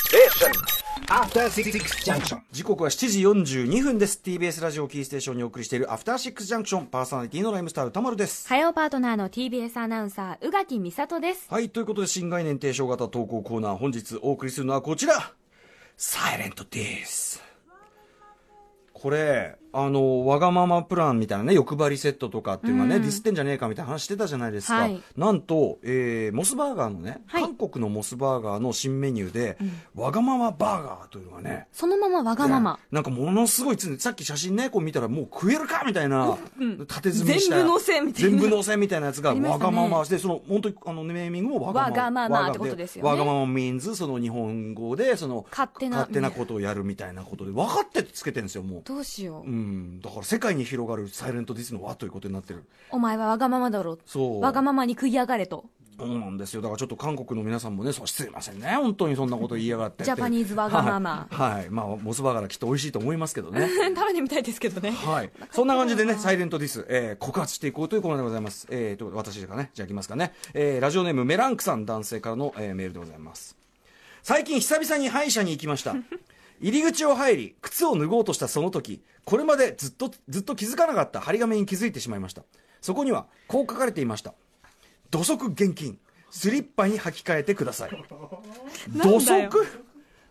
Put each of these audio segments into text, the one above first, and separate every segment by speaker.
Speaker 1: Station.
Speaker 2: After Six Junction.
Speaker 3: 時刻は7時42分です TBS ラジオキーステーションにお送りしているアフターシックスジャンクションパーソナリティのライムスター歌丸です
Speaker 4: 火曜パートナーの TBS アナウンサー宇垣美里です
Speaker 3: はいということで新概念提唱型投稿コーナー本日お送りするのはこちらサイレントディスこれあのわがままプランみたいなね欲張りセットとかっていうのはね、
Speaker 4: うん
Speaker 3: ディスってんじゃねえかみたいな話してたじゃないですか、
Speaker 4: はい
Speaker 3: なんと、えーモスバーガーのね、
Speaker 4: はい
Speaker 3: 韓国のモスバーガーの新メニューで、わがままバーガーというのがね、
Speaker 4: そのままわがまま、
Speaker 3: なんかものすごい常にさっき写真ねこう見たらもう食えるかみたいな縦積みした
Speaker 4: 全部乗せみたいな
Speaker 3: 全部乗せみたいなやつが
Speaker 4: ありま
Speaker 3: わ
Speaker 4: した
Speaker 3: が
Speaker 4: ね
Speaker 3: まましてその本当にあのネーミングもわがまま
Speaker 4: わがままってことですよね
Speaker 3: わがまま means その日本語でその
Speaker 4: 勝手な
Speaker 3: ことをやるみたいなことで分かってつけてるんですよもう。
Speaker 4: どうしよ
Speaker 3: う
Speaker 4: う、
Speaker 3: ん、だから世界に広がるサイレントディスの輪ということになってる
Speaker 4: お前はわがままだろ
Speaker 3: そう
Speaker 4: わがままに食い上がれと
Speaker 3: そうなんですよだからちょっと韓国の皆さんもねそうすいませんね本当にそんなこと言いやがって
Speaker 4: ジャパニーズわがまま
Speaker 3: はい、はいまあモスバーガーきっと美味しいと思いますけど ね
Speaker 4: 食べてみたいですけどね
Speaker 3: はい、そんな感じでね、サイレントディス、えー告発していこうというコーナーでございます。えー、ということで私がね、じゃあいきますかね。えーラジオネーム、メランクさん、男性からの、えーメールでございます。最近、久々に歯医者に行きま した。入り口を入り、靴を脱ごうとしたその時、これまでずっと、ずっと気づかなかった張り紙に気づいてしまいました。そこには、こう書かれていました。土足厳禁。スリッパに履き替えてください。土足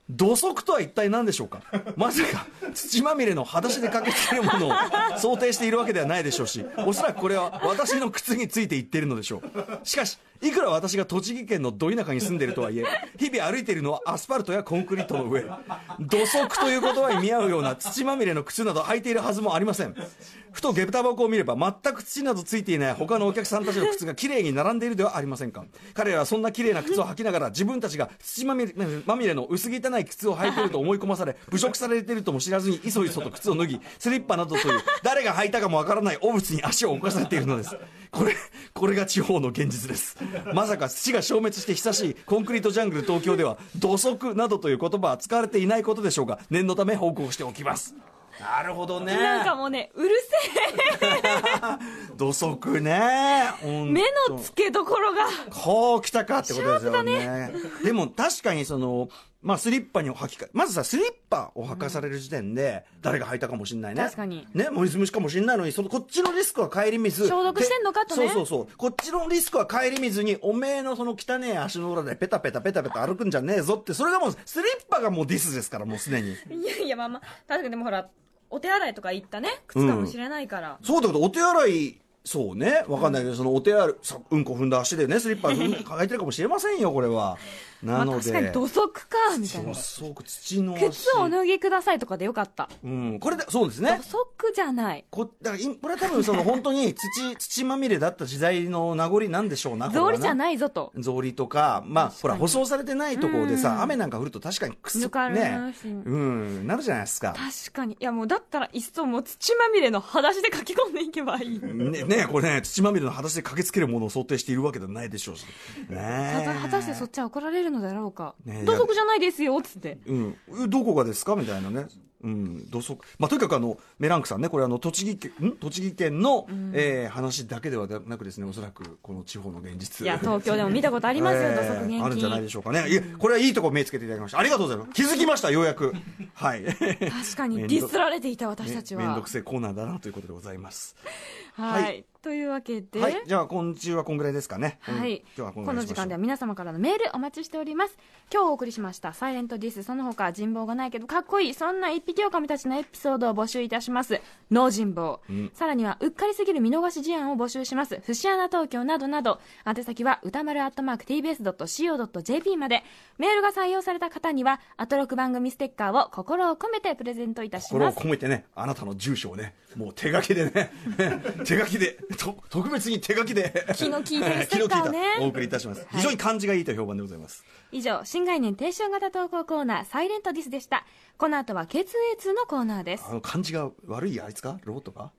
Speaker 3: 土足とは一体何でしょうかまさか土まみれの裸足でかけているものを想定しているわけではないでしょうしおそらくこれは私の靴についていっているのでしょうしかしいくら私が栃木県のど田舎に住んでいるとはいえ日々歩いているのはアスファルトやコンクリートの上土足という言葉に見合うような土まみれの靴など履いているはずもありませんふと下駄箱を見れば全く土などついていない他のお客さんたちの靴が綺麗に並んでいるではありませんか彼らはそんな綺麗な靴を履きながら自分たちが土まみれまみれの薄汚い靴を履いていると思い込まされ侮辱されているとも知らずにいそいそと靴を脱ぎスリッパなどという誰が履いたかもわからない汚物に足を置かされているのですこれこれが地方の現実ですまさか土が消滅して久しいコンクリートジャングル東京では土足などという言葉は使われていないことでしょうが念のため報告しておきますなるほどね
Speaker 4: なんかもうねうるせえ
Speaker 3: 土足ねほんと
Speaker 4: 目の付けどころが
Speaker 3: こう来たかってことですよね。でも確かにその、まあスリッパに履きか、まずさ、スリッパを履かされる時点で、誰が履いたかもしんないね。
Speaker 4: 確かに
Speaker 3: ね、もみす虫かもしんないのに、そのこっちのリスクは顧みず。
Speaker 4: 消毒してんのかとね
Speaker 3: でそうそうそう。こっちのリスクは顧みずに、おめえのその汚え足の裏でペタペタペタペタ歩くんじゃねえぞって、それがもう、スリッパがもうディスですから、もうすでに。
Speaker 4: いやいやまあまあ確かにでもほらお手洗いとか行ったね靴かもしれないから、
Speaker 3: そうだけど、お手洗い、そうね、わかんないけど、そのお手洗い、さうんこ踏んだ足でね、スリッパ 踏ん抱えてるかもしれませんよ、これは。な
Speaker 4: まあ
Speaker 3: の
Speaker 4: 確
Speaker 3: で。
Speaker 4: かに土足かみたいな
Speaker 3: すごく土の足
Speaker 4: 靴を脱ぎくださいとかでよかった
Speaker 3: うん、これだそうです
Speaker 4: 土
Speaker 3: ね
Speaker 4: 足じゃない
Speaker 3: こだからいこれは多分その本当に 土土まみれだった時代の名残なんでしょうな
Speaker 4: 草履じゃ
Speaker 3: い
Speaker 4: ないぞと
Speaker 3: 草履とか、まあ、
Speaker 4: 確
Speaker 3: ほ、
Speaker 4: からに
Speaker 3: 舗装されてないところで
Speaker 4: うん
Speaker 3: さ、雨なんか降ると確かにくす
Speaker 4: ぬかる
Speaker 3: ね
Speaker 4: し、
Speaker 3: うん、なるじゃないですか。
Speaker 4: 確かにいやもうだったらいっそもう土まみれの裸足で書き込んでいけばいい
Speaker 3: ね、ねこれね、土まみれの裸足で駆けつけるものを想定しているわけではないでしょうし。
Speaker 4: た
Speaker 3: ね
Speaker 4: だ果たしてそっちは怒られるのだろうか
Speaker 3: ねえ
Speaker 4: 土足じゃないですよっつって
Speaker 3: うん、えどこがですかみたいなね、うん、土足、まあ、とにかくあのメランクさんね、これあの栃木県、ん栃木県の、えー話だけではなくですね、おそらくこの地方の現実、
Speaker 4: いや東京でも見たことありますよ
Speaker 3: え
Speaker 4: 土
Speaker 3: ー
Speaker 4: 足
Speaker 3: あるんじゃない
Speaker 4: 厳
Speaker 3: でしょうかね、いやこれはいいとこ目つけていただきました、ありがとうございます、気づきました、ようやく、 はい、
Speaker 4: 禁確
Speaker 3: め
Speaker 4: か
Speaker 3: ん
Speaker 4: に
Speaker 3: ど
Speaker 4: ディスられていた私たち
Speaker 3: めんど
Speaker 4: は
Speaker 3: くせえコーナーだなということでございます。
Speaker 4: はい、
Speaker 3: はい
Speaker 4: というわけで、
Speaker 3: はい、じゃあ、今週はこんぐらいですかね、うん
Speaker 4: はい、
Speaker 3: 今日はこんぐら
Speaker 4: こ
Speaker 3: い
Speaker 4: の
Speaker 3: にし
Speaker 4: 時
Speaker 3: ましょう
Speaker 4: 間では皆様からのメールお待ちしております今日お送りしました「サイレントディスその他人望がないけどかっこいいそんな一匹狼たちのエピソードを募集いたします「脳人望」さらにはうっかりすぎる見逃し事案を募集します「節穴東京」などなど宛先は歌丸 @tbs.co.jp までメールが採用された方にはアトロク番組ステッカーを心を込めてプレゼントいたし
Speaker 3: 心
Speaker 4: ま
Speaker 3: を
Speaker 4: す
Speaker 3: 込めてね、あなたの住所をね、もう手書きでね、 手書きで、と特別に手書きで、
Speaker 4: 気の利いてるステッカーをね
Speaker 3: 気の利いたお送りいたします。非常に感じがいいと評判でございます。
Speaker 4: 以上新概念提唱型投稿コーナー「サイレントディスでしたこの後は K2A2 のコーナーです
Speaker 3: あの、感じが悪いあいつかローとか